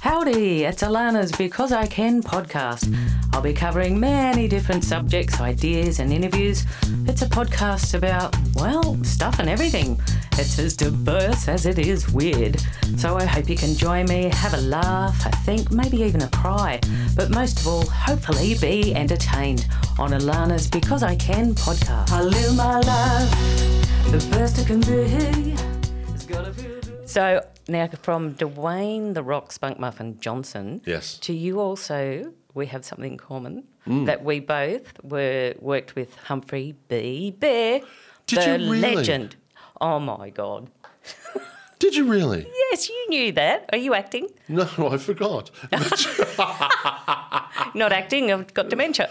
Howdy, it's Alana's Because I Can podcast. I'll be covering many different subjects, ideas, and interviews. It's a podcast about, well, stuff and everything. It's as diverse as it is weird. So I hope you can join me, have a laugh, I think, maybe even a cry, but most of all, hopefully be entertained on Alana's Because I Can podcast. I live my life the best it can be. So now from Dwayne the Rock Spunk Muffin Johnson Yes. Mm. to you also we have something in common that we both were worked with Humphrey B. Bear, Did the you really? legend. Oh my God! Did you really? Yes, you knew that. Are you acting? No, I forgot. Not acting. I've got dementia.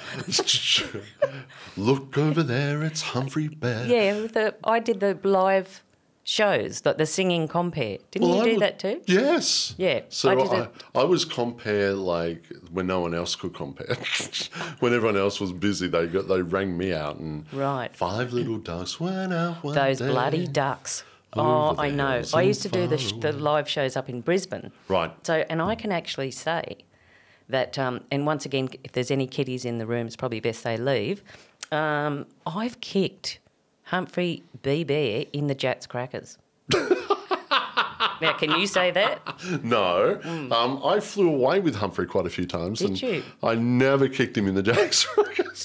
Look over there, it's Humphrey Bear. Yeah, with the, I did the live shows, like the singing compare. Didn't you I do was- that too? Yes. Yeah, So I I, did it. I, was compare like when no one else could compare. when everyone else was busy, they got they rang me out and Right. five little ducks went out one Those day. bloody ducks. Oh, Over I the know. hills I and used to do the, far sh- the live shows up in Brisbane. Right. So, and I can actually say that, um, and once again, if there's any kiddies in the room, it's probably best they leave. Um, I've kicked Humphrey B. Bear in the Jats crackers. now, can you say that? No, um, I flew away with Humphrey quite a few times. Mm. Did and you? I never kicked him in the jacks.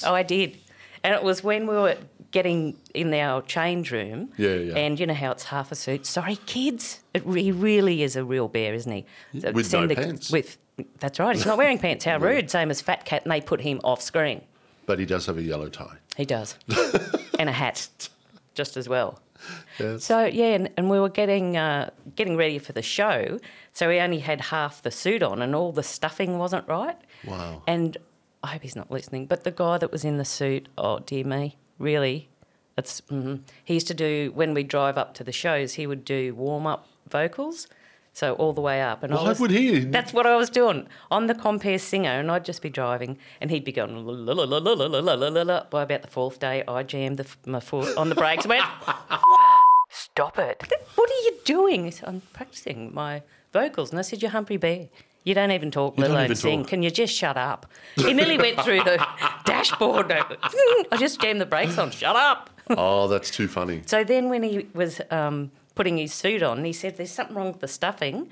Oh, I did. And it was when we were getting in our change room. Yeah, yeah. And you know how it's half a suit. Sorry, kids. It re- he really is a real bear, isn't he? So With send no pants. With that's right. He's not wearing pants. How rude. Same as Fat Cat, and they put him off screen. but he does have a yellow tie. He does. and a hat, just as well. Yes. So yeah, and, and we were getting uh, getting ready for the show, so he only had half the suit on, and all the stuffing wasn't right. Wow. And I hope he's not listening. But the guy that was in the suit, oh dear me, really, that's mm, he used to do when we drive up to the shows. He would do warm up vocals, so all the way up. And I Why was, would he? That's what I was doing. I'm the compere singer, and I'd just be driving, and he'd be going la la la la la la la la la. By about the fourth day, I jammed the, f- my foot on the brakes. and Went. Stop it. What are you doing? He said, I'm practicing my vocals. And I said, You're Humphrey Bear. You don't even talk, let don't alone even sing. talk." Can you just shut up? He nearly went through the dashboard. I just jammed the brakes on. Shut up. Oh, that's too funny. So then when he was um, putting his suit on, he said, There's something wrong with the stuffing.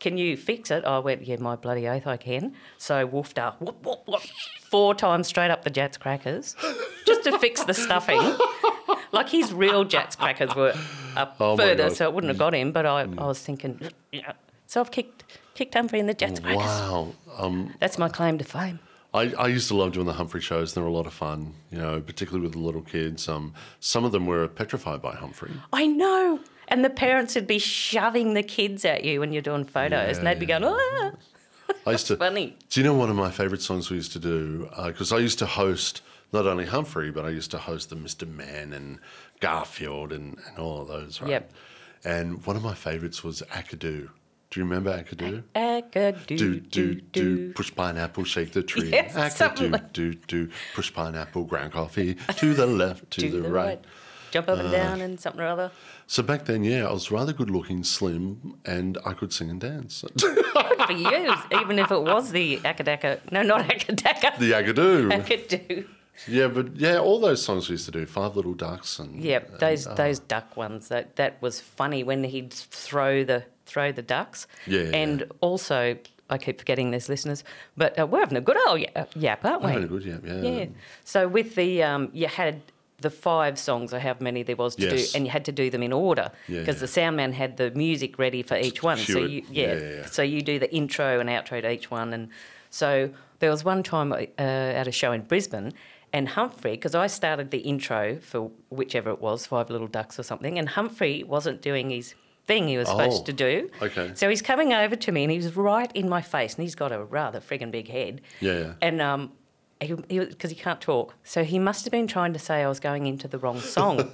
Can you fix it? I went, Yeah, my bloody oath, I can. So woofed up, whoop, whoop, whoop, four times straight up the Jats crackers just to fix the stuffing. like his real Jats crackers were up Oh my further, God. Mm. so it wouldn't have got him. But I, I was thinking, yeah. So I've kicked, kicked Humphrey in the Jats crackers. Wow. That's my claim to fame. I, I used to love doing the Humphrey shows. They were a lot of fun, you know, particularly with the little kids. Um, some of them were petrified by Humphrey. I know. And the parents would be shoving the kids at you when you're doing photos, and they'd be going, ah. I used to. funny. Do you know one of my favourite songs we used to do? Because I used to host not only Humphrey, but I used to host the Mr. Man and Garfield and, and all of those, right? Yep. And one of my favourites was Akadoo. Do you remember Akadoo? Aka do Do do do push pineapple, shake the tree. Yes, Akadoo something like- do do push pineapple, ground coffee to the left, to, the, right. Jump up and down and something or other. So back then, yeah, I was rather good looking, slim, and I could sing and dance. the Good for you, even if it was the Akadaka. No, not Akadaka. Agadoo. Akadoo. yeah, but yeah, all those songs we used to do, Five Little Ducks and Yep, those those duck ones. That that was funny when he'd throw the throw the ducks. Yeah, yeah, And also, I keep forgetting there's listeners, but uh, we're having a good old ya- yap, aren't we? Very good, yeah, yeah. Yeah. So with the um, you had the five songs, or how many there was to Yes. do, and you had to do them in order Yeah, because yeah. the sound man had the music ready for each one. so Cue it. you, yeah. Yeah, yeah, yeah. So you do the intro and outro to each one, and so there was one time uh, at a show in Brisbane. And Humphrey, because I started the intro for whichever it was, Five Little Ducks or something, and Humphrey wasn't doing his thing he was supposed Oh, to do. okay. So he's coming over to me and he's right in my face, and he's got a rather friggin' big head. Yeah, yeah. And um, he because he, can't talk, so he must have been trying to say I was going into the wrong song.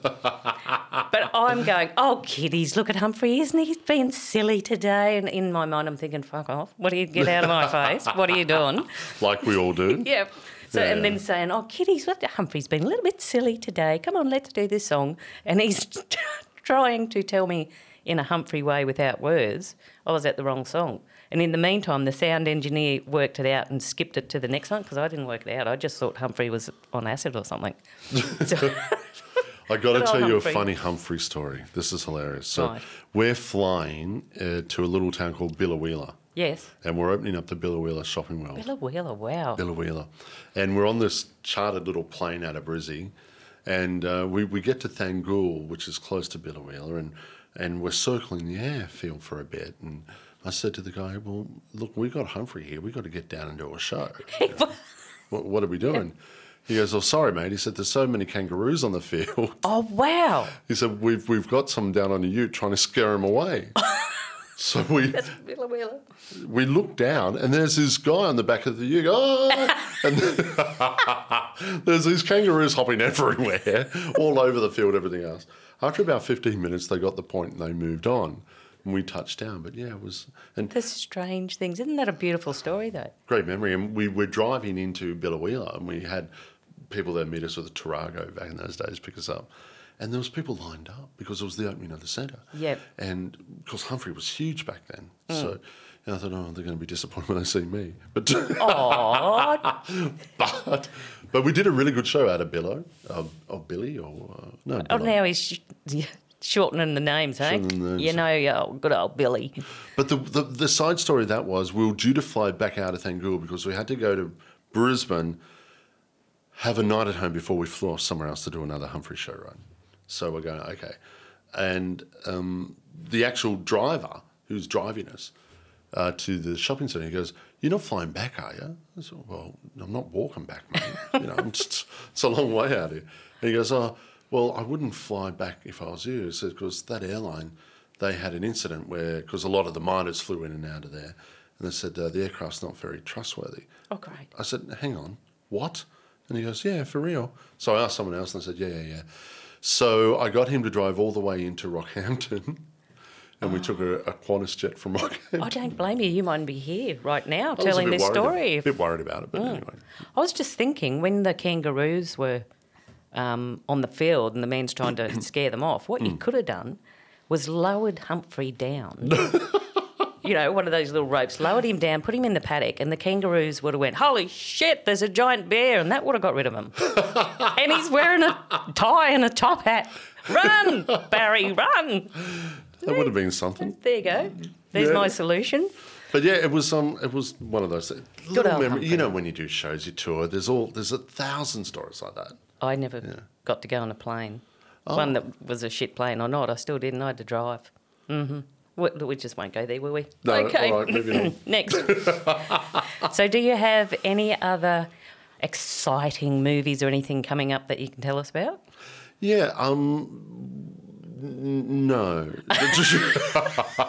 but I'm going, oh kiddies, look at Humphrey, isn't he being silly today? And in my mind, I'm thinking, fuck off. What do you get out of my face? What are you doing? Like we all do. Yeah. So Yeah, and then yeah. saying, oh kiddies, what, Humphrey's been a little bit silly today. Come on, let's do this song. And he's trying to tell me in a Humphrey way without words, I was at the wrong song. And in the meantime, the sound engineer worked it out and skipped it to the next one because I didn't work it out. I just thought Humphrey was on acid or something. So- I got to Good old tell you a Humphrey. funny Humphrey story. This is hilarious. So Right. we're flying uh, to a little town called Billawila, yes. and we're opening up the Billawila Shopping World. Bella Wheeler, wow. Billawila, and we're on this chartered little plane out of Brizzy, and uh, we we get to Thangool, which is close to Billawila, and and we're circling the airfield for a bit, and I said to the guy, "Well, look, we got Humphrey here. We got to get down and do a show." what, what are we doing? He goes, "Oh, sorry, mate." He said, "There's so many kangaroos on the field." Oh, wow. He said, "We've we've got some down on a ute trying to scare him away." so we Bella Wheeler. we look down, and there's this guy on the back of the ute. Oh! and there's these kangaroos hopping everywhere, all over the field, everything else. After about 15 minutes, they got the point and they moved on, and we touched down. But yeah, it was and There's strange things. Isn't that a beautiful story, though? great memory. And we were driving into Billawila, and we had people there meet us with a Tarago back in those days pick us up. And there was people lined up because it was the opening of the centre. Yep. And because Humphrey was huge back then, so and I thought, oh, they're going to be disappointed when they see me. But but but we did a really good show out of Billow, of, of Billy, or uh, no, Oh, Billow. now he's sh- shortening the names, hey? Shortening the names. You know, oh, good old Billy. But the, the the side story of that was we were due to fly back out of Thangool because we had to go to Brisbane, have a night at home before we flew off somewhere else to do another Humphrey show run. So we're going okay, and um, the actual driver who's driving us uh, to the shopping centre, he goes, "You're not flying back, are you?" I said, "Well, I'm not walking back, mate. you know, I'm just, it's a long way out here." And he goes, "Oh, well, I wouldn't fly back if I was you," he said, "because that airline." they had an incident where, because a lot of the miners flew in and out of there, and they said uh, the aircraft's not very trustworthy. Oh, great. I said, hang on, what? And he goes, yeah, for real. So I asked someone else and I said, yeah, yeah, yeah. So I got him to drive all the way into Rockhampton, and we took a, a Qantas jet from Rockhampton. I don't blame you. You mightn't be here right now I was a telling bit this worried story. Hmm. About, a bit worried about it, but anyway. I was just thinking when the kangaroos were um, on the field and the man's trying to scare them off, what you could have done was lowered Humphrey down. you know, one of those little ropes, lowered him down, put him in the paddock, and the kangaroos would have went, "Holy shit, there's a giant bear," and that would have got rid of him. and he's wearing a tie and a top hat. Run, Barry, run! That would have been something. There you go. There's Yeah. my solution. But yeah, it was um, it was one of those things. old little memory. Humphrey. You know, when you do shows, you tour. There's all there's a thousand stories like that. I never got to go on a plane. Oh. One that was a shit plane or not, I still didn't. I had to drive. hmm We, we just won't go there, will we? No, okay. all right, moving on. Next. so, do you have any other exciting movies or anything coming up that you can tell us about? Yeah, um, n- no.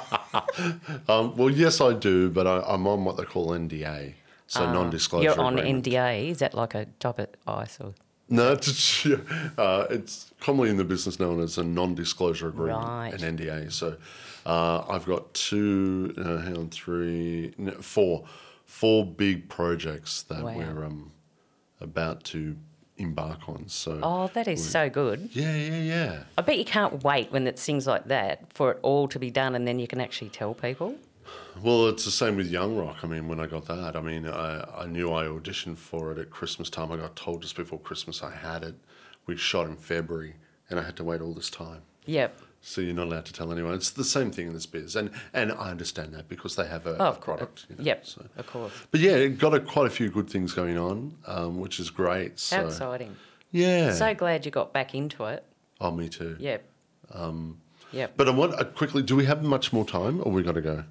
um, well, yes, I do, but I, I'm on what they call NDA, so non-disclosure. Ah, You're on agreement. NDA. Is that like a job at ICE or? No, it's, uh, it's commonly in the business known as a non-disclosure agreement, Right. an NDA. So uh, I've got two, uh, hang on, three, no, four, four big projects that Wow. we're um, about to embark on. So Oh, that is so good. yeah, yeah, yeah. I bet you can't wait when it's things like that for it all to be done and then you can actually tell people. Well, it's the same with Young Rock. I mean, when I got that, I mean, I, I knew I auditioned for it at Christmas time. I got told just before Christmas I had it. We shot in February, and I had to wait all this time. Yep. So you're not allowed to tell anyone. It's the same thing in this biz, and and I understand that because they have a, Oh, a of course. product. you know, yep. so. Of course. But yeah, it got a, quite a few good things going on, um, which is great. How So exciting. yeah. So glad you got back into it. oh, me too. Yep. Um, yep. But I want uh, quickly. Do we have much more time, or we got to go?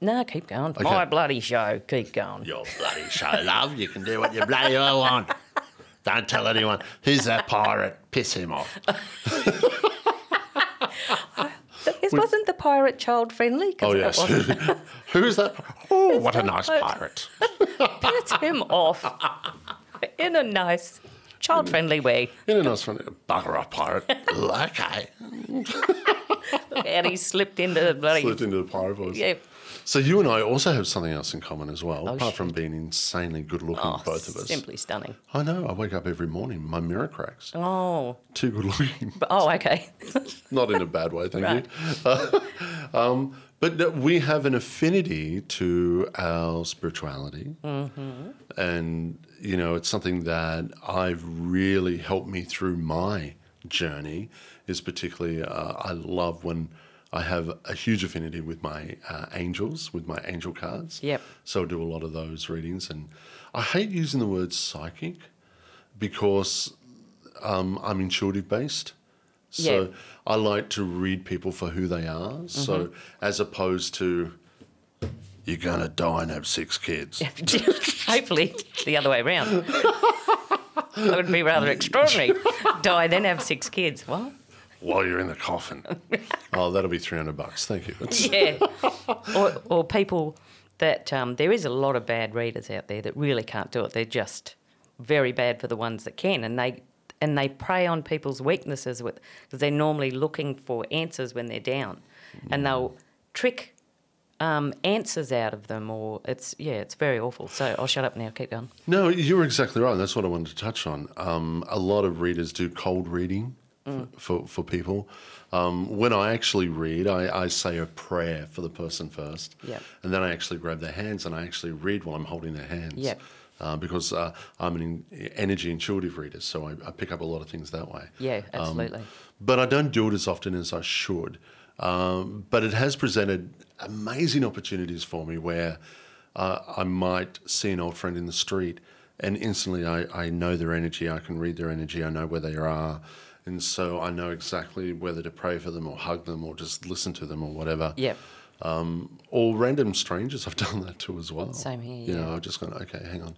No, keep going. My bloody show. Keep going. Your bloody show, love. You can do what you bloody well want. Don't tell anyone. Who's that pirate? Piss him off. This wasn't the pirate child friendly. 'Cause Oh, that yes. wasn't- Who is that? Oh, what a nice pirate? pirate. Piss him off in a nice child friendly way. In a nice one. Bugger off, pirate. okay. And he slipped into the bloody. Slipped into the pirate voice. Yep. So you and I also have something else in common as well, Oh, apart from being insanely good looking, Oh, both of us. Simply stunning. I know. I wake up every morning, my mirror cracks. Oh, Too good looking. but, oh, okay. Not in a bad way, thank Right. you. Uh, um, but that we have an affinity to our spirituality. Mm-hmm. And, you know, it's something that I've really helped me through my journey, is particularly, uh, I love when I have a huge affinity with my uh, angels, with my angel cards. Yep. So I do a lot of those readings. And I hate using the word psychic because um, I'm intuitive based. So Yeah. I like to read people for who they are. So as opposed to, you're going to die and have six kids. Hopefully, the other way around. that would be rather extraordinary. Die, then have six kids. What? while you're in the coffin. oh, that'll be 300 bucks. Thank you. It's- Yeah. or, or people that um, there is a lot of bad readers out there that really can't do it. They're just very bad for the ones that can, and they and they prey on people's weaknesses with because they're normally looking for answers when they're down, and they'll trick. Um, answers out of them, or it's yeah, it's very awful. So I'll shut up now. Keep going. No, you're exactly right. That's what I wanted to touch on. Um, a lot of readers do cold reading Mm. f for, for people. Um, when I actually read, I, I say a prayer for the person first. Yep. And then I actually grab their hands and I actually read while I'm holding their hands. Yep. Uh, because uh, I'm an in- energy intuitive reader, so I, I pick up a lot of things that way. Yeah, Um, absolutely. but I don't do it as often as I should. Um, but it has presented amazing opportunities for me where uh, I might see an old friend in the street and instantly I, I know their energy, I can read their energy, I know where they are. And so I know exactly whether to pray for them or hug them or just listen to them or whatever. yeah, Or random strangers, I've done that too as well. Same here, You know, yeah. I've just gone, okay, hang on.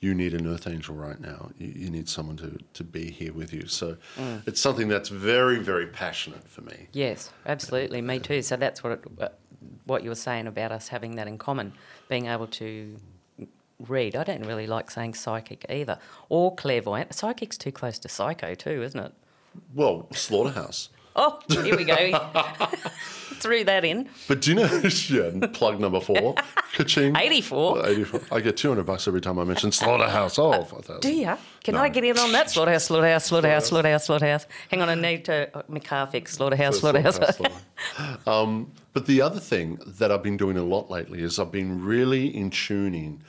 You need an earth angel right now. You, you need someone to, to be here with you. So Mm. it's something that's very, very passionate for me. yes, absolutely. Me too. So that's what it, uh, what you were saying about us having that in common, being able to read. I don't really like saying psychic either, or clairvoyant. Psychic's too close to psycho too, isn't it? Well, Slaughterhouse. Oh, here we go. Threw that in. But do you know, yeah, plug number four, ka-ching. 84. 84. I get 200 bucks every time I mention Slaughterhouse. Oh, 5,000. Do ya? Can No. I get in on that? Slaughterhouse, slaughterhouse, slaughterhouse, slaughterhouse, slaughterhouse. Hang on, I need to. oh, My car fix. Slaughterhouse, slaughterhouse. Slaughterhouse. um, but the other thing that I've been doing a lot lately is I've been really in tuning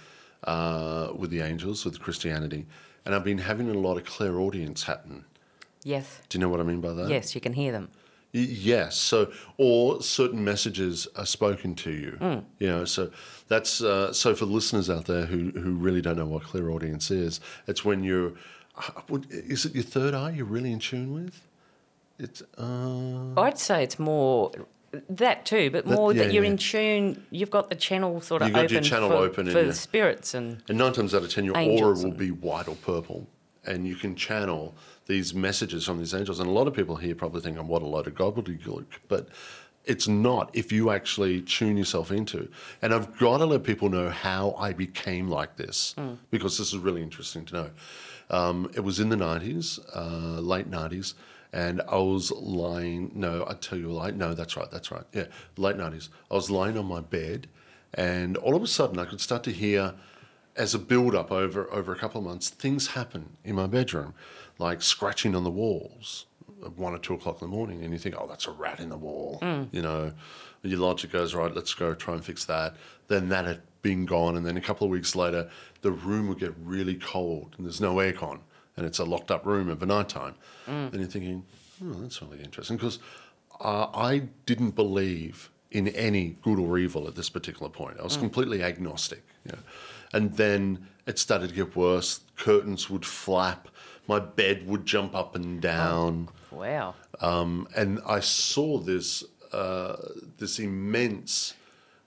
uh, with the angels, with Christianity, and I've been having a lot of clairaudience happen. yes. Do you know what I mean by that? Yes, you can hear them. Y- Yes. So, or certain messages are spoken to you. You know, so that's uh, so for the listeners out there who who really don't know what clear audience is, it's when you're. uh, what- Is it your third eye you're really in tune with? It's uh, I'd say it's more that too, but That- more yeah, that you're yeah. in tune. You've got the channel sort of You've got open your channel for, open and for you- spirits and and nine times out of ten your aura Angels will and- be white or purple, and you can channel these messages from these angels. And a lot of people here probably think, "Oh, "What a load of gobbledygook!" But it's not if you actually tune yourself into. And I've got to let people know how I became like this because this is really interesting to know. Um, it was in the nineties, uh, late nineties. And I was lying. No, I tell you a lie. No, that's right. That's right. Yeah, late nineties. I was lying on my bed, and all of a sudden, I could start to hear as a build up over, over a couple of months, things happen in my bedroom, like scratching on the walls at one or two o'clock in the morning. And you think, oh, that's a rat in the wall. You know, your logic goes, right, let's go try and fix that. Then that had been gone. And then a couple of weeks later, the room would get really cold and there's no aircon and it's a locked up room over night time. And you're thinking, oh, that's really interesting because uh, I didn't believe in any good or evil at this particular point. I was completely agnostic. You know. And then it started to get worse. Curtains would flap. My bed would jump up and down. wow. Um, and I saw this uh, this immense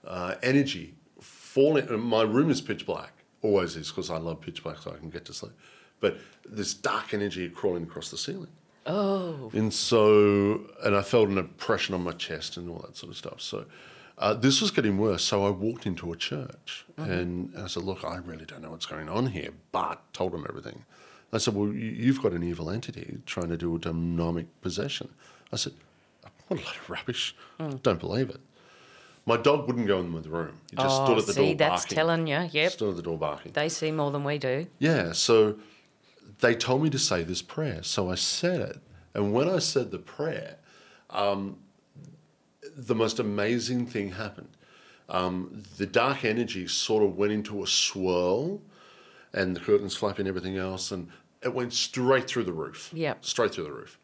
uh, energy falling. and My room is pitch black, always is, because I love pitch black, so I can get to sleep. But this dark energy crawling across the ceiling. Oh, And so, and I felt an oppression on my chest and all that sort of stuff. So, uh, this was getting worse. So, I walked into a church Mm-hmm. and I said, Look, I really don't know what's going on here, but told them everything. I said, Well, you- you've got an evil entity trying to do a Mm. demonic possession. I said, What a lot of rubbish. Don't believe it. My dog wouldn't go in the room. He just oh, stood at the see, door that's barking. telling you. Yep. Stood at the door barking. They see more than we do. Yeah, so they told me to say this prayer. So I said it. And when I said the prayer, um, the most amazing thing happened. Um, the dark energy sort of went into a swirl and the curtains flapping, everything else. And it went straight through the roof. Yep. Straight through the roof.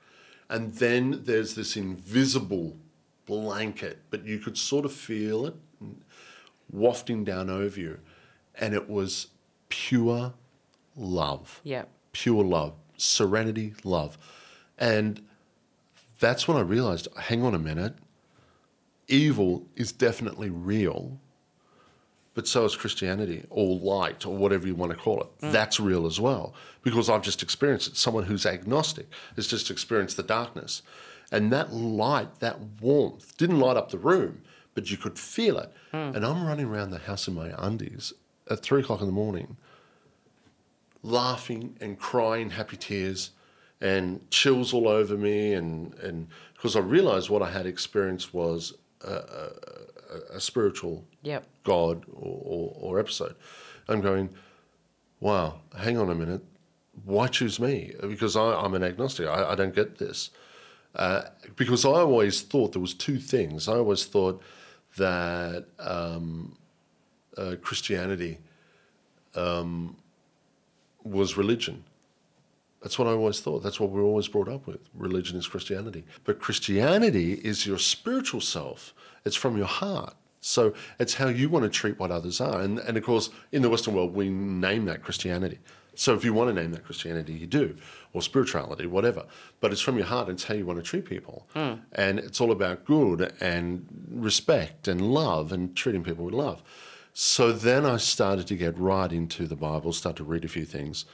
And then there's this invisible blanket, but you could sort of feel it wafting down over you. And it was pure love Yep. pure love, serenity, love. And that's when I realized hang on a minute, evil is definitely real, but so is Christianity or light or whatever you want to call it. That's real as well because I've just experienced it. Someone who's agnostic has just experienced the darkness. And that light, that warmth didn't light up the room, but you could feel it. And I'm running around the house in my undies at three o'clock in the morning laughing and crying happy tears and chills all over me and and because I realized what I had experienced was a, a, a, a spiritual Yep. God or, or, or episode. I'm going, wow, hang on a minute. Why choose me? Because I, I'm an agnostic. I, I don't get this. Uh, because I always thought there was two things. I always thought that um, uh, Christianity um, was religion. That's what I always thought. That's what we were always brought up with. Religion is Christianity. But Christianity is your spiritual self, it's from your heart. So it's how you want to treat what others are. And, and of course, in the Western world, we name that Christianity. So if you want to name that Christianity, you do, or spirituality, whatever. But it's from your heart, it's how you want to treat people. And it's all about good and respect and love and treating people with love. So then I started to get right into the Bible, start to read a few things.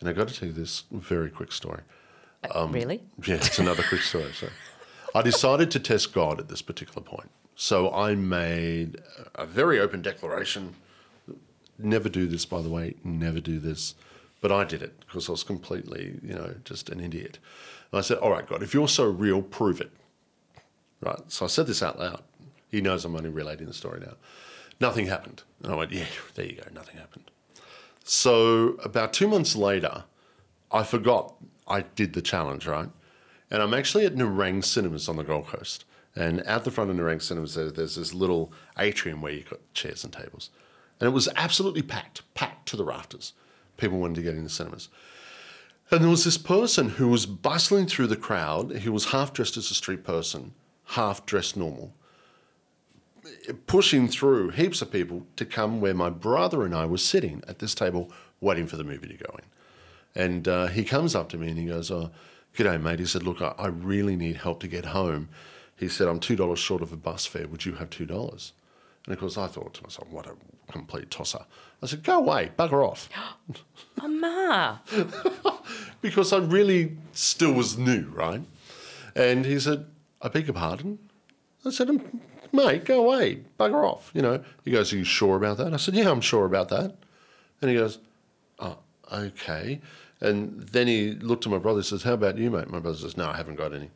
And I got to tell you this very quick story. Um, really? Yeah, it's another quick story. So, I decided to test God at this particular point. So I made a very open declaration. Never do this, by the way. Never do this. But I did it because I was completely, you know, just an idiot. And I said, "All right, God, if you're so real, prove it." Right. So I said this out loud. He knows I'm only relating the story now. Nothing happened. And I went, "Yeah, there you go. Nothing happened." So about two months later, I forgot I did the challenge, right? And I'm actually at Narang Cinemas on the Gold Coast. And out the front of Narang Cinemas, there- there's this little atrium where you've got chairs and tables. And it was absolutely packed, packed to the rafters. People wanted to get in the cinemas. And there was this person who was bustling through the crowd. He was half dressed as a street person, half dressed normal, pushing through heaps of people to come where my brother and I were sitting at this table waiting for the movie to go in. And uh, he comes up to me and he goes, oh, G'day, mate. He said, Look, I, I really need help to get home. He said, I'm $2 short of a bus fare. Would you have $2? And of course, I thought to myself, What a complete tosser. I said, Go away, bugger off. Oh, ma. because I really still was new, right? And he said, I beg your pardon? I said, "Um, mate, go away, bugger off, you know. He goes, are you sure about that? I said, yeah, I'm sure about that. And he goes, oh, okay. And then he looked at my brother and says, how about you, mate? My brother says, no, I haven't got any.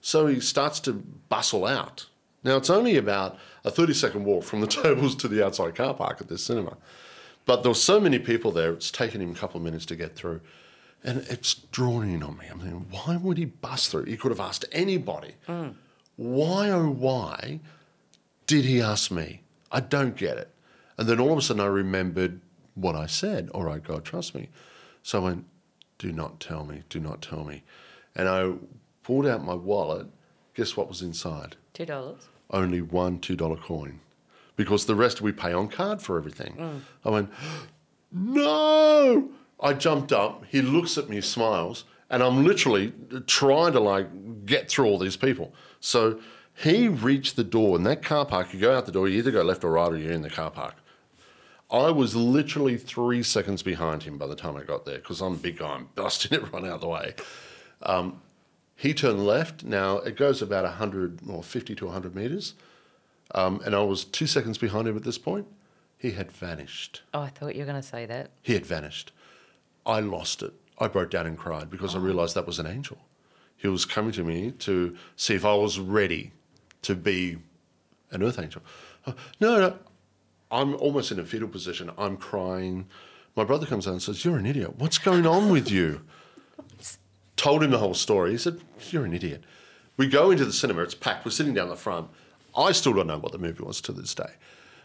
So he starts to bustle out. Now, it's only about a 30 second walk from the tables to the outside car park at this cinema. But there were so many people there, it's taken him a couple of minutes to get through. And it's drawn in on me. I'm thinking, why would he bust through? He could have asked anybody. Why, oh, why did he ask me? I don't get it. And then all of a sudden I remembered what I said. All right, God, trust me. So I went, do not tell me, do not tell me. And I pulled out my wallet. Guess what was inside? Two dollars. Only one $2 coin because the rest we pay on card for everything. I went, no. I jumped up. He looks at me, smiles, and I'm literally trying to like get through all these people. So he reached the door in that car park. You go out the door, you either go left or right, or you're in the car park. I was literally three seconds behind him by the time I got there because I'm a big guy. I'm busting everyone out of the way. Um, he turned left. Now it goes about 100 or 50 to 100 meters. Um, and I was two seconds behind him at this point. He had vanished. Oh, I thought you were going to say that. He had vanished. I lost it. I broke down and cried because I realized that was an angel. He was coming to me to see if I was ready to be an earth angel. Uh, no, no. I'm almost in a fetal position. I'm crying. My brother comes out and says, You're an idiot. What's going on with you? Told him the whole story. He said, You're an idiot. We go into the cinema, it's packed. We're sitting down the front. I still don't know what the movie was to this day.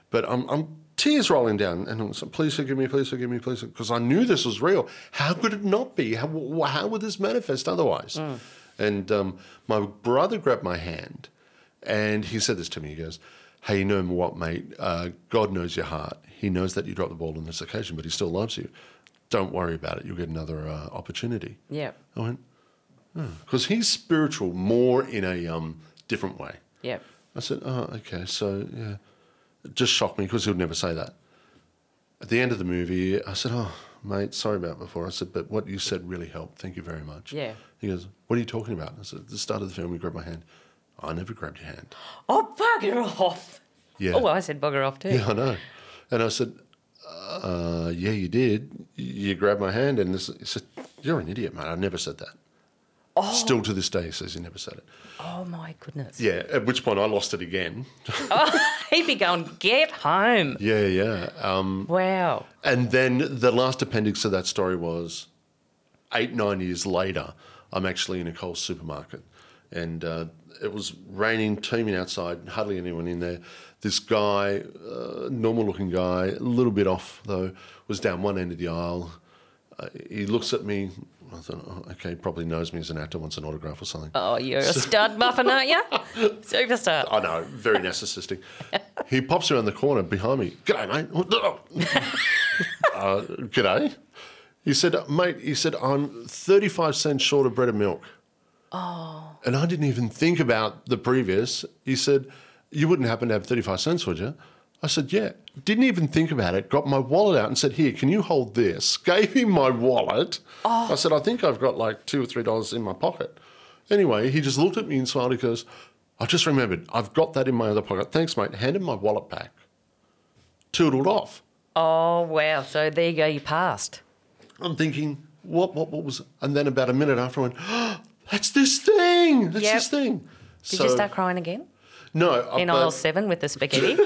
But I'm, I'm tears rolling down. And I'm saying, Please forgive me, please forgive me, please. Because I knew this was real. How could it not be? How, wh- how would this manifest otherwise? And um, my brother grabbed my hand and he said this to me. He goes, Hey, you know what, mate? Uh, God knows your heart. He knows that you dropped the ball on this occasion, but he still loves you. Don't worry about it. You'll get another uh, opportunity. Yep. I went, because he's spiritual more in a um, different way. Yep. I said, oh, okay. So, yeah. It just shocked me because he would never say that. At the end of the movie, I said, oh, mate, sorry about before. I said, but what you said really helped. Thank you very much. Yeah. He goes, what are you talking about? I said, the start of the film, you grabbed my hand. I never grabbed your hand. Oh, bugger off. Yeah. Oh, well, I said bugger off too. Yeah, I know. And I said, uh, yeah, you did. You grabbed my hand. And this, he said, you're an idiot, mate. I never said that. Still to this day, he says he never said it. Oh, my goodness. Yeah, at which point I lost it again. He'd be going, get home. Yeah, yeah. Um, Wow. and then the last appendix to that story was eight, nine years later, I'm actually in a Coles supermarket. And uh, it was raining, teeming outside, hardly anyone in there. This guy, uh, normal looking guy, a little bit off though, was down one end of the aisle. Uh, he looks at me. I thought, oh, okay, he probably knows me as an actor, wants an autograph or something. Oh, you're a stud muffin, aren't you? Superstar. I know, very narcissistic. he pops around the corner behind me. G'day, mate. uh, g'day. He said, mate, he said, I'm 35 cents short of bread and milk. Oh. And I didn't even think about the previous. He said, you wouldn't happen to have 35 cents, would you? I said, yeah. Didn't even think about it. Got my wallet out and said, here, can you hold this? Gave him my wallet. Oh. I said, I think I've got like two or three dollars in my pocket. Anyway, he just looked at me and smiled. He goes, I just remembered, I've got that in my other pocket. Thanks, mate. Handed my wallet back. Toodled off. Oh, wow. So there you go. You passed. I'm thinking, what, what, what was? And then about a minute after, I went, oh, that's this thing. That's Yep. this thing. Did you start crying again No, uh, in but aisle seven with the spaghetti?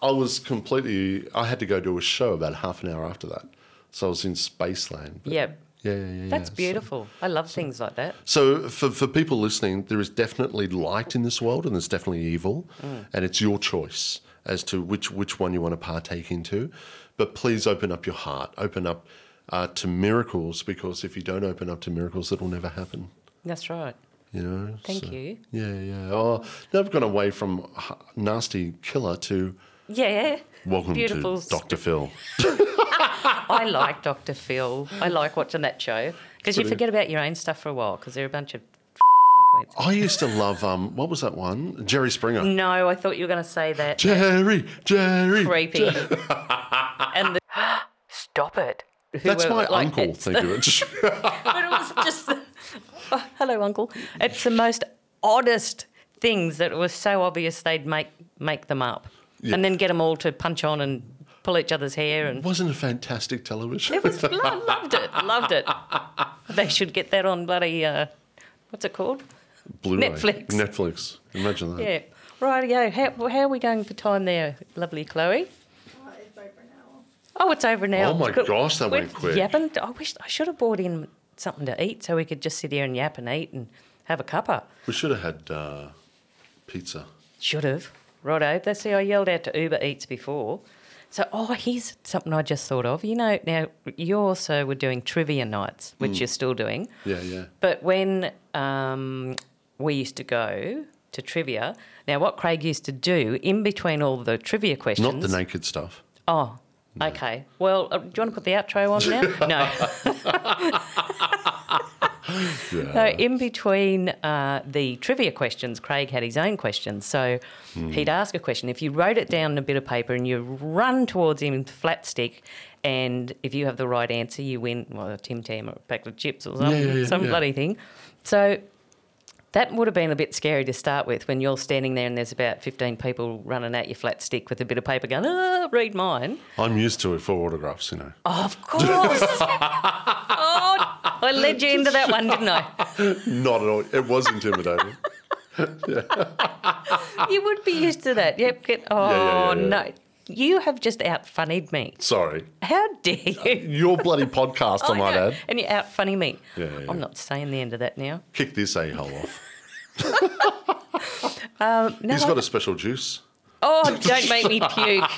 I was completely. I had to go do a show about half an hour after that, so I was in Spaceland. but- yep. Yeah, yeah, yeah. That's yeah. So- beautiful. I love things like that. So, for, for people listening, there is definitely light in this world and there's definitely evil, Mm. and it's your choice as to which, which one you want to partake into. But please open up your heart, open up uh, to miracles, because if you don't open up to miracles, it'll never happen. That's right. You know? Thank So- you. Yeah, yeah. Oh, now I've gone away from h- nasty killer to Yeah. welcome Beautiful. to Dr. Phil. I like Dr. Phil. I like watching that show because you forget about your own stuff for a while because they're a bunch of. fuckwits. I used to love, um, what was that one? Jerry Springer. No, I thought you were going to say that. Jerry, Jerry. Creepy. and the. Stop it. Who That's were, my like, uncle. it's- Thank you. but it was just Oh, hello uncle it's the most oddest things that were so obvious they'd make make them up and then get them all to punch on and pull each other's hair and Wasn't it fantastic television? it was I loved it loved it they should get that on bloody uh, what's it called Blu-ray. Netflix. Netflix. Imagine that. yeah rightio how, how are we going for time there lovely Chloe it's over an hour. oh it's over now Oh my Good. gosh, that went We're quick. yapping I wish I should have brought in something to eat so we could just sit here and yap and eat and have a cuppa We should have had uh, pizza. Should have. Righto. That's how I yelled out to Uber Eats before. So, oh, here's something I just thought of. You know, now you also were doing trivia nights, which you're still doing. Mm. Yeah, yeah. But when um, we used to go to trivia, now what Craig used to do in between all the trivia questions. Not the naked stuff. Oh, okay. Well, uh, do you want to put the outro on now? no. So in between uh, the trivia questions, Craig had his own questions. So Hmm. he'd ask a question. If you wrote it down on a bit of paper and you run towards him with a flat stick, and if you have the right answer, you win well, a Tim Tam or a packet of chips or something, yeah, yeah, some yeah. bloody thing. So that would have been a bit scary to start with when you're standing there and there's about 15 people running at your flat stick with a bit of paper going, ah, read mine. I'm used to it for autographs, you know. Of course. oh, I Oh, led you into that one, didn't I? Not at all. It was intimidating. you would be used to that. Yep. Get, oh, yeah, yeah. no. You have just out funnied me. Sorry. How dare you? Your bloody podcast, I might know. add. And you out funny me. Yeah, yeah, I'm yeah. not saying the end of that now. Kick this a hole off. No, He's got a special juice. Oh, don't make me puke.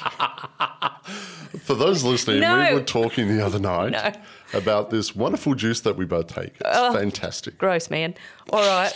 For those listening, No. we were talking the other night No. Oh. about this wonderful juice that we both take. It's fantastic. Gross, man. All right.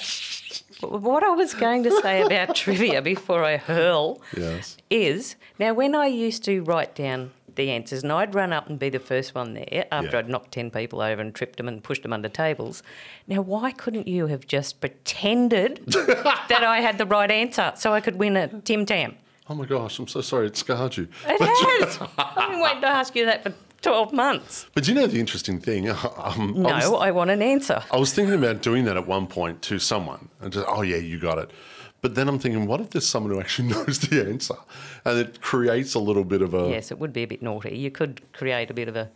What I was going to say about trivia before I hurl Yes. is now when I used to write down the answers and I'd run up and be the first one there after Yeah. I'd knocked 10 people over and tripped them and pushed them under tables. Now, why couldn't you have just pretended that I had the right answer so I could win a Tim Tam? Oh my gosh, I'm so sorry it scarred you. It has. I've been waiting to ask you that for 12 months. But do you know the interesting thing? Um, No, I, was, I want an answer. I was thinking about doing that at one point to someone and just, oh yeah, you got it. But then I'm thinking, what if there's someone who actually knows the answer? And it creates a little bit of a. Yes, it would be a bit naughty. You could create a bit of a,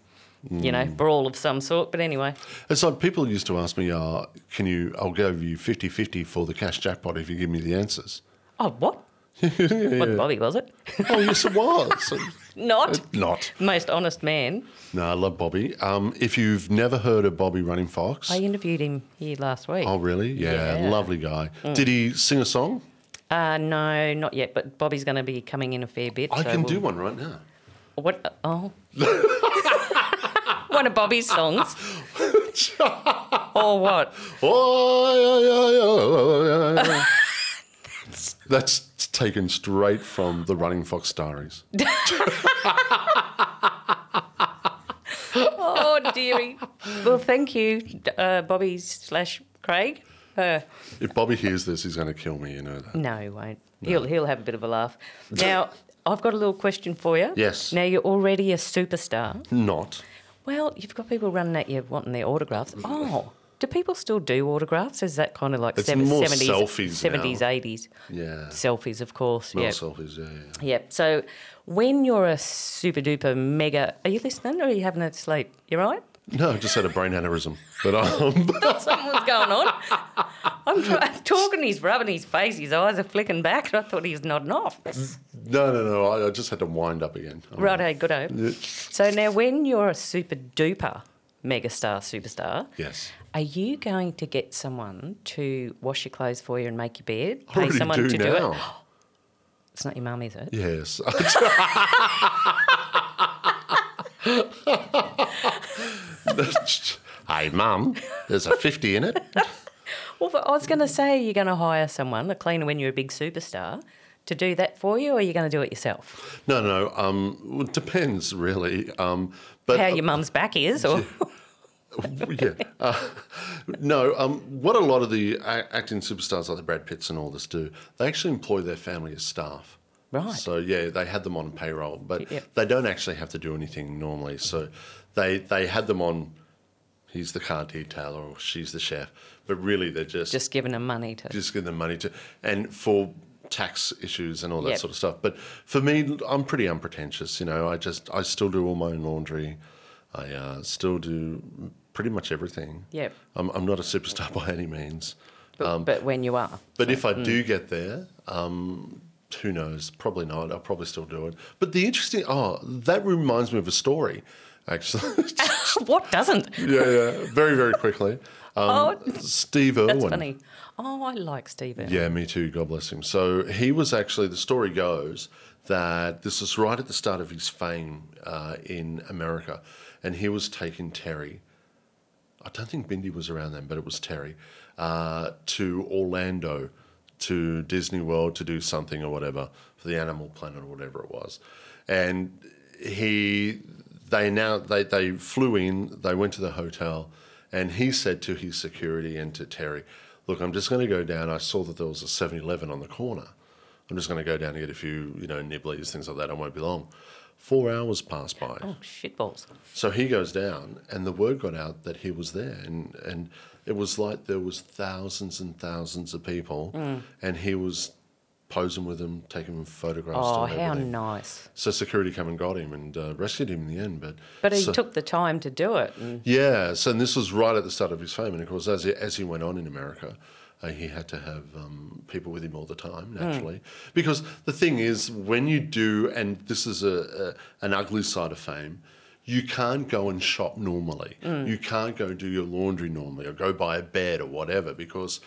Hmm. you know, brawl of some sort. But anyway, It's like people used to ask me, uh, can you, I'll give you 50 50 for the cash jackpot if you give me the answers. oh what? What Bobby was it? Oh, yes, it was. Not Uh, Not. most honest man. No, I love Bobby. Um, if you've never heard of Bobby Running Fox, I interviewed him here last week. oh, really? Yeah, Yeah. Mm. lovely guy. Did he sing a song? Uh, no, not yet. But Bobby's going to be coming in a fair bit. I so can we'll- do one right now. What? Oh. One of Bobby's songs. or what? Oh, yeah, yeah, yeah, yeah, yeah. That's taken straight from the Running Fox Diaries. Oh, dearie. Well, thank you, uh, Bobby slash Craig. Uh, If Bobby hears this, he's going to kill me, you know that. No, he won't. He'll he'll have a bit of a laugh. Now, I've got a little question for you. Yes. Now you're already a superstar. Not. Well, you've got people running at you wanting their autographs. Mm. Oh, do people still do autographs? Is that kind of like It's seven- more 70s, selfies now. 70s, 80s? Yeah. Selfies, of course. Mel Yep. selfies, yeah, yeah. Yep. So when you're a super duper mega, are you listening or are you having a sleep? You right? No, I just had a brain aneurysm. But um, Something's going on. I'm try- talking, he's rubbing his face, his eyes are flicking back, and I thought he was nodding off. no, no, no. I, I just had to wind up again. I'm like, Righto, goodo. So now, when you're a super duper megastar superstar, Yes. are you going to get someone to wash your clothes for you and make your bed? I Pay already someone do to now. do it. It's not your mum, is it? Yes. hey, mum, there's a 50 in it. Well, but I was going to say, you're going to hire someone, a cleaner, when you're a big superstar, to do that for you, or are you going to do it yourself? No, no, um, well, it depends, really. Um, but How your mum's back is, or yeah. Uh, no, um, what a lot of the a- acting superstars like the Brad Pitts and all this do, they actually employ their family as staff. Right. So yeah, they had them on payroll, but Yep. they don't actually have to do anything normally. So they they had them on. He's the car detailer, or she's the chef, but really they're just just giving them money to. just give them money to and for tax issues and all that Yep. sort of stuff. But for me, I'm pretty unpretentious. You know, I just I still do all my own laundry. I uh, still do pretty much everything. Yep. I'm, I'm not a superstar by any means. But, um, but when you are, But if Hmm. I do get there, um, who knows? Probably not. I'll probably still do it. But the interesting, oh, that reminds me of a story, actually. what doesn't? yeah, yeah. Very, very quickly. Um, Oh, Steve Irwin. That's funny. Oh, I like Stephen. Yeah, me too. God bless him. So he was actually the story goes that this was right at the start of his fame uh, in America, and he was taking Terry. I don't think Bindi was around then, but it was Terry uh, to Orlando to Disney World to do something or whatever for the Animal Planet or whatever it was, and he they now they they flew in they went to the hotel and he said to his security and to Terry, "Look, I'm just going to go down. I saw that there was a 7-Eleven on the corner. I'm just going to go down and get a few, you know, nibblies, things like that. I won't be long." Four hours passed by. Oh, shitballs. So he goes down, and the word got out that he was there, and and it was like there was thousands and thousands of people, Mm. and he was posing with them, taking photographs. Oh, and how everything. nice. So security came and got him and uh, rescued him in the end. But But he so- took the time to do it. And yeah, so and this was right at the start of his fame, and of course, as he, as he went on in America, uh, he had to have um, people with him all the time, naturally. Because the thing is, when you do, and this is a, a an ugly side of fame, you can't go and shop normally. You can't go and do your laundry normally, or go buy a bed or whatever, because.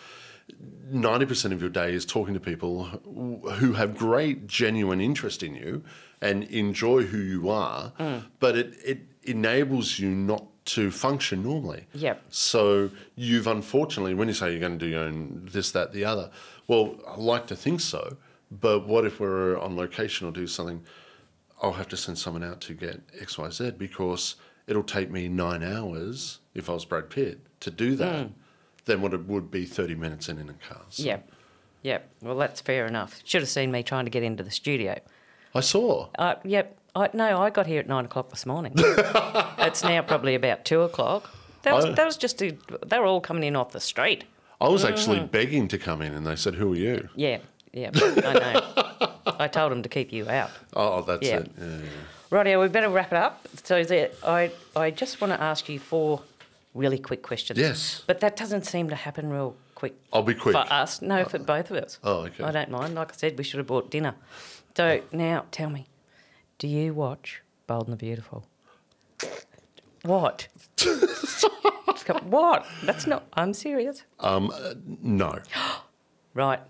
90% of your day is talking to people who- who have great, genuine interest in you and enjoy who you are, but it, it enables you not to function normally. Yep. So you've unfortunately, when you say you're going to do your own this, that, the other, well, I like to think so, but what if we're on location or do something? I'll have to send someone out to get X, Y, Z because it'll take me nine hours if I was Brad Pitt to Hmm. do that than what it would be 30 minutes in in a car. So Yep. Yep. Well, that's fair enough. Should have seen me trying to get into the studio. I saw. Uh, yep. I, no, I got here at nine o'clock this morning. it's now probably about two o'clock. That was, I- that was just, a, they were all coming in off the street. I Ah. was actually begging to come in and they said, Who are you? Yeah, yeah, I know. I told them to keep you out. Oh, that's Yeah. it. Yeah, yeah. Rightio, we better wrap it up. So there, I, I just want to ask you four really quick questions. Yes. But that doesn't seem to happen real quick I'll be quick. for uh, us. No, for both of us. Oh, okay. I don't mind. Like I said, we should have bought dinner. So now tell me, do you watch Bold and the Beautiful? What? what? That's not, I'm serious. No. Right.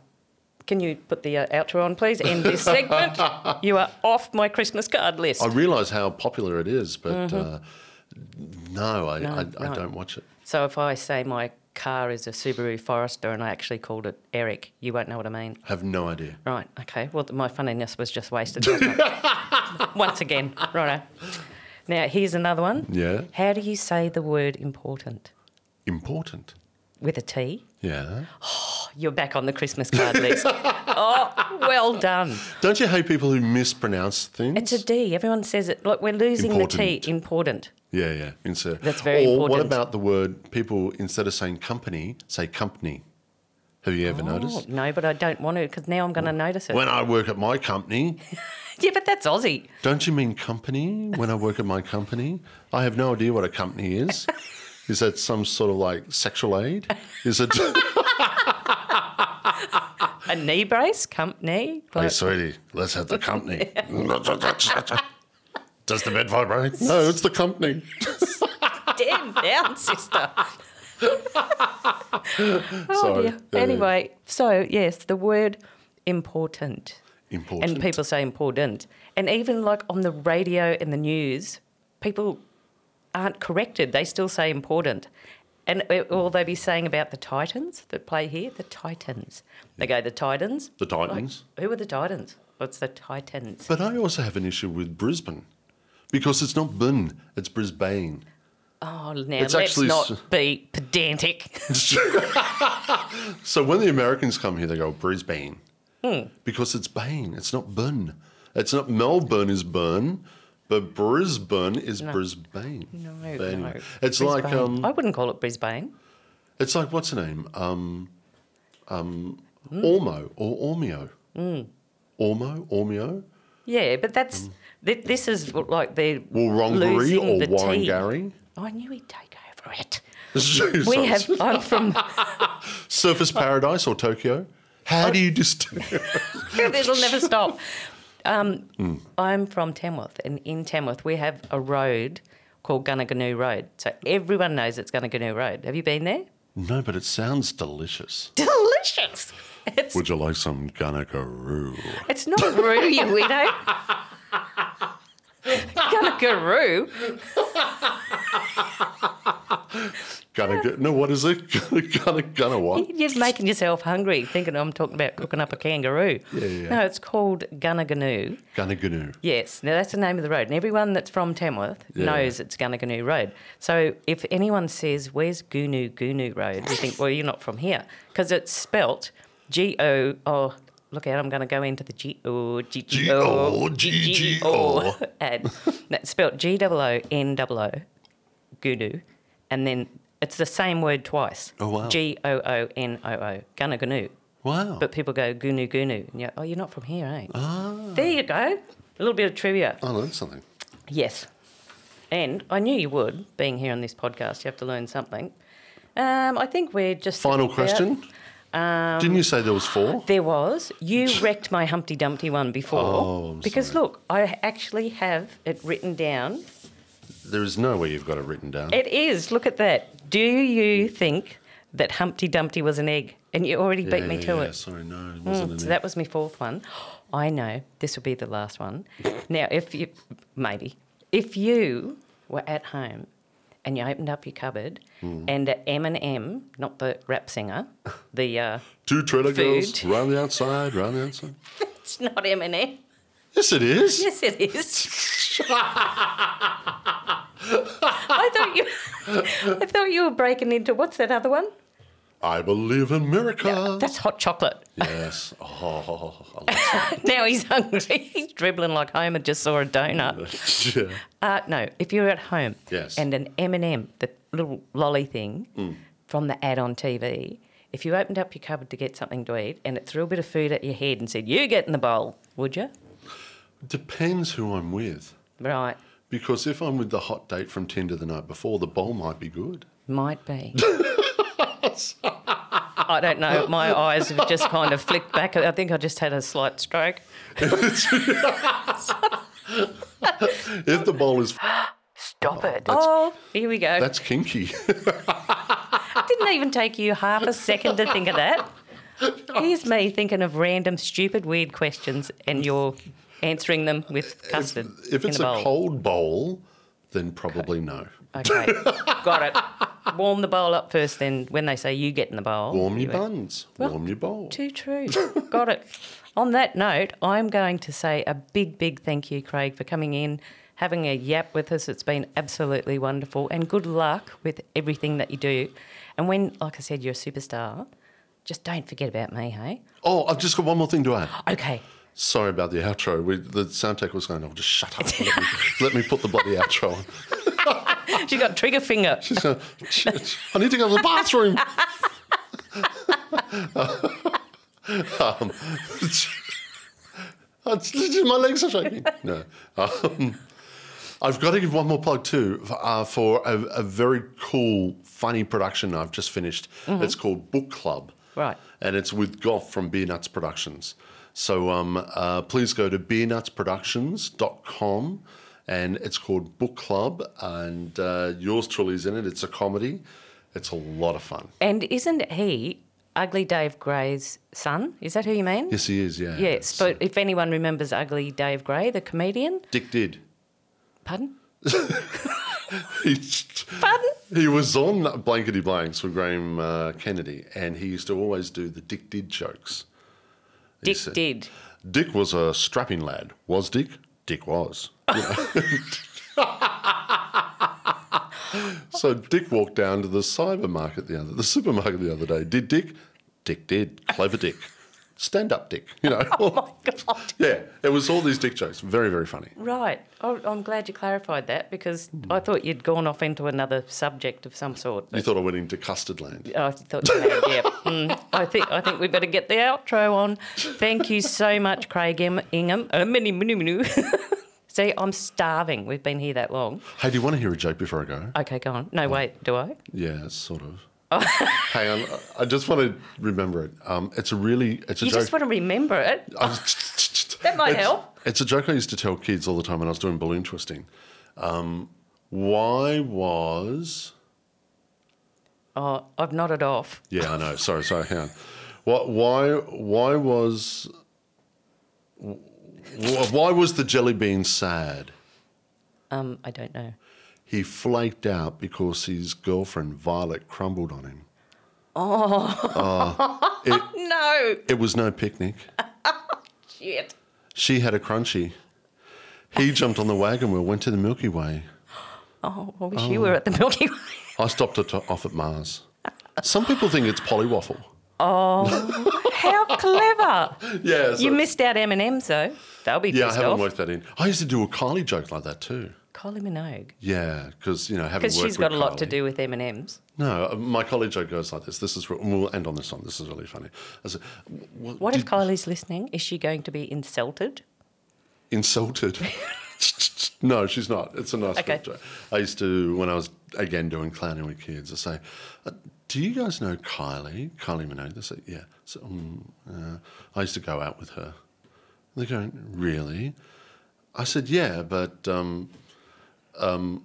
Can you put the uh, outro on, please? End this segment. you are off my Christmas card list. I realise how popular it is, but uh, no, I, Mm-hmm. No, I, I right. don't watch it. So if I say my car is a Subaru Forester and I actually called it Eric, you won't know what I mean. Have no idea. Right. Okay. Well, th- my funniness was just wasted. Once again. Righto. Now, here's another one. Yeah. How do you say the word important? Important. With a T? Yeah. You're back on the Christmas card list. oh, well done. Don't you hate people who mispronounce things? It's a D. Everyone says it. Look, we're losing the Important. T. Important. yeah, yeah. Insert. That's very or important. what about the word people instead of saying company say company? Have you ever Oh, noticed? no, but I don't want to because now I'm going to notice it. When I work at my company, yeah, but that's Aussie. don't you mean company? When I work at my company, I have no idea what a company is. Is that some sort of like sexual aid? Is it? A knee brace, company. Hey, sweetie, let's have the company. Does the bed vibrate? No, it's the company. Oh, Damn down, sister. oh Sorry. dear. Yeah, yeah. Anyway, so yes, the word important, Important. and people say important, and even like on the radio and the news, people aren't corrected; they still say important. And it- will they be saying about the Titans that play here? The Titans. They go the Titans. the Titans. Who are the Titans? What's the Titans? But I also have an issue with Brisbane because it's not Bin, it's Brisbane. Oh, now let's It's actually not s- be pedantic. So when the Americans come here, they go Brisbane Hmm. because it's Bane, it's not Bin. It's not Melbourne is Burn, but Brisbane is Brisbane. No, But no. anyway, It's like Brisbane. um, I wouldn't call it Brisbane. It's like what's her name? Um, um, Ormo or Ormeo. Hmm. Ormo, Ormeo. Yeah, but that's thi- this is like they're Well, Wrongaroo losing Mm. or the tea. Wangari. I knew he'd take over it. We Sorry. have. I'm from. Surface Paradise or Tokyo. Oh. How do you just? It'll never stop. Um, Hmm. I'm from Tamworth, and in Tamworth we have a road called Gunnaganoo Road. So everyone knows it's Gunnaganoo Road. Have you been there? no, but it sounds delicious. Delicious. It's Would you like some Ganakaroo? It's not roo, you widow. Ganagaroo. Ganaga? No, what is it? Gana Gana what? You're making yourself hungry thinking I'm talking about cooking up a kangaroo. yeah, yeah. No, it's called Gunnaganoo. Ganaganoo. Yes, now that's the name of the road. And everyone that's from Tamworth Yeah. knows it's Gunnaganoo Road. So if anyone says, Where's Goonoo Goonoo Road? You think, Well, you're not from here. Because it's spelt G O. Oh, look out, I'm going to go into the G O G G O G-O, G-G-O. And that's spelt G O O N O O Goonoo. And then it's the same word twice. Oh, wow. G O O N O O. Gunnaganoo. Wow. But people go Goonoo Goonoo. And you're, oh, you're not from here, eh? Ah. There you go. A little bit of trivia. I learned something. Yes. And I knew you would, being here on this podcast. You have to learn something. Um, I think we're just. Final about- question. Um, Didn't you say there was four? There was. You wrecked my Humpty Dumpty one before. Oh, I'm because sorry. look, I actually have it written down. There is no way you've got it written down. It is. Look at that. Do you think that Humpty Dumpty was an egg? And you already beat me Yeah, to yeah, it. Hmm. Sorry, no, it wasn't an So egg. that was my fourth one. I know this will be the last one. Now, if you maybe if you were at home and you opened up your cupboard and a M and M, not the rap singer, the uh, Two trailer girls Food. round the outside, round the outside. it's not M and M. Yes, it is. Yes, it is. I thought you, I thought you were breaking into what's that other one? I believe in miracles. That's hot chocolate. yes. Oh, I love now he's hungry. He's dribbling like Homer just saw a donut. that. yeah. Uh, no, if you're at home Yes. Mm. and an M&M, the little lolly thing from the ad on TV, if you opened up your cupboard to get something to eat and it threw a bit of food at your head and said, you get in the bowl, would you? Depends who I'm with. Right, Because if I'm with the hot date from Tinder the night before, the bowl might be good. might be. I don't know. My eyes have just kind of flicked back. I think I just had a slight stroke. If the bowl is, f- Stop it. that's- oh, here we go. that's kinky. Didn't even take you half a second to think of that. Here's me thinking of random, stupid, weird questions, and you're answering them with custard if it's in a bowl. a cold bowl, then probably no. okay, got it. Warm the bowl up first, then when they say you get in the bowl, Warm your you- buns. warm your bowl. Too true. Got it. On that note, I'm going to say a big, big thank you, Craig, for coming in, having a yap with us. It's been absolutely wonderful, and good luck with everything that you do. And when, like I said, you're a superstar, just don't forget about me, hey? Oh, I've just got one more thing to add. Okay. Sorry about the outro. We, the sound tech was going, oh, just shut up. Let me, let me put the bloody outro on. She got trigger finger. She's going, I need to go to the bathroom. um, it's- my legs are shaking. No. Um, I've got to give one more plug too for, uh, for a, a very cool, funny production I've just finished. It's called Book Club. Mm-hmm. Right. And it's with Goff from Beer Nuts Productions. So um, uh, please go to beernutsproductions.com and it's called Book Club. And uh, yours truly is in it. It's a comedy, it's a lot of fun. And isn't he Ugly Dave Gray's son? Is that who you mean? Yes, he is, yeah. Yes, but if anyone remembers Ugly Dave Gray, the comedian, Dick did. pardon? He- Pardon? He was on Blankety Blanks with Graham uh, Kennedy, and he used to always do the Dick Did jokes. He Dick said, did. Dick was a strapping lad. Was Dick? Dick was. You know? so Dick walked down to the cybermarket the other, the supermarket the other day. Did Dick? Dick did. Clever Dick. Stand up, Dick. You know. God. Yeah, it was all these Dick jokes. Very, very funny. Right. Oh, I'm glad you clarified that because I thought you'd gone off into another subject of some sort. You thought I went into custard land. I thought you had, yeah. Mm, I think I think we better get the outro on. Thank you so much, Craig Em- Ingham. Uh, mini, mini, mini. See, I'm starving. We've been here that long. Hey, do you want to hear a joke before I go? Okay, go on. No, wait. Do I? Yeah, sort of. Oh. Hang on, I- I just want to remember it. Um, it's a really, it's a You joke. just want to remember it. I was- That might it's, help. It's a joke I used to tell kids all the time when I was doing balloon twisting. Um, why was? Oh, I've nodded off. Yeah, I know. Sorry, sorry. Hang on. What? Why? Why was? wh- Why was the jelly bean sad? Um, I don't know. He flaked out because his girlfriend Violet crumbled on him. No. It was no picnic. Shit. She had a crunchy. He jumped on the wagon wheel, went to the Milky Way. Oh, I wish you were at the Milky Way. I stopped at, off at Mars. Some people think it's polywaffle. How clever! Yeah, so- You missed out M and M's though. They'll be yeah, I pissed haven't off. worked that in. I used to do a Kylie joke like that too. Kylie Minogue, Yeah, because you know, having because worked she's got a with lot to Kylie- do with M and M's. No, uh, my Kylie joke goes like this. This is re- and we'll end on this one. This is really funny. I said, "W- What if did- Kylie's listening? Is she going to be insulted? insulted? No, she's not. It's a nice Okay. picture. I used to, when I was again doing clowning with kids, I say, "Uh, "Do you guys know Kylie? Kylie Minogue?" They say, "Yeah." So mm, uh, I used to go out with her. They're going, "Really?" I said, "Yeah," but um, um,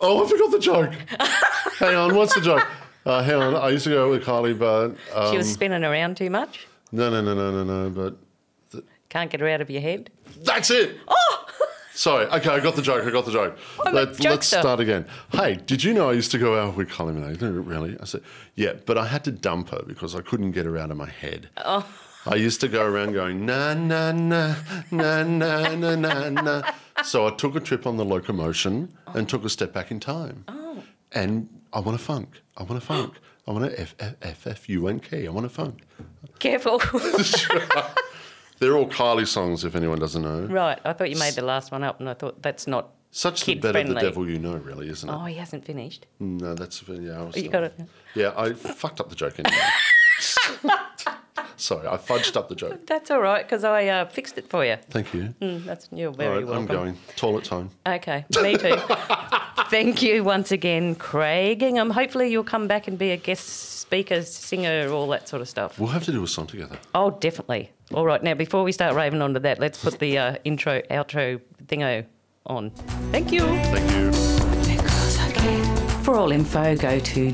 oh, I forgot the joke. hang on, what's the joke? Uh, hang on, I used to go out with Kylie, but uh, she was spinning around too much. no, no, no, no, no, no, but Can't get her out of your head. That's it. Oh. Sorry. Okay, I got the joke. I got the joke. I'm a Let, let's jokester. start again. Hey, did you know I used to go out with Kylie Minogue? No, really? I said, yeah, but I had to dump her because I couldn't get her out of my head. Oh. I used to go around going na na na na na na na na. So I took a trip on the locomotion and took a step back in time. Oh. And I want to funk. I want to funk. I want to f f f f u n k. I want to funk. Careful. They're all Kylie songs, if anyone doesn't know. right. I thought you made the last one up, and I thought that's not. Such the Kid better the friendly. devil you know, really, isn't it? Oh, he hasn't finished. No, that's yeah. I was You still- got it. Yeah, I fucked up the joke. Anyway. Sorry, I fudged up the joke. That's all right because I uh, fixed it for you. Thank you. Mm, That's you're All very right, welcome. I'm going. Toilet time. Okay, me too. Thank you once again, Craig Ingham. Hopefully, you'll come back and be a guest speaker, singer, all that sort of stuff. We'll have to do a song together. Oh, definitely. All right, now before we start raving onto that, let's put the uh, intro, outro thingo on. Thank you. Thank you. For all info, go to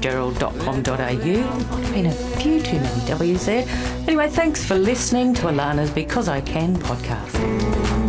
www.alanafitzgerald.com.au. Might have been a few too many W's there. Anyway, thanks for listening to Alana's Because I Can podcast.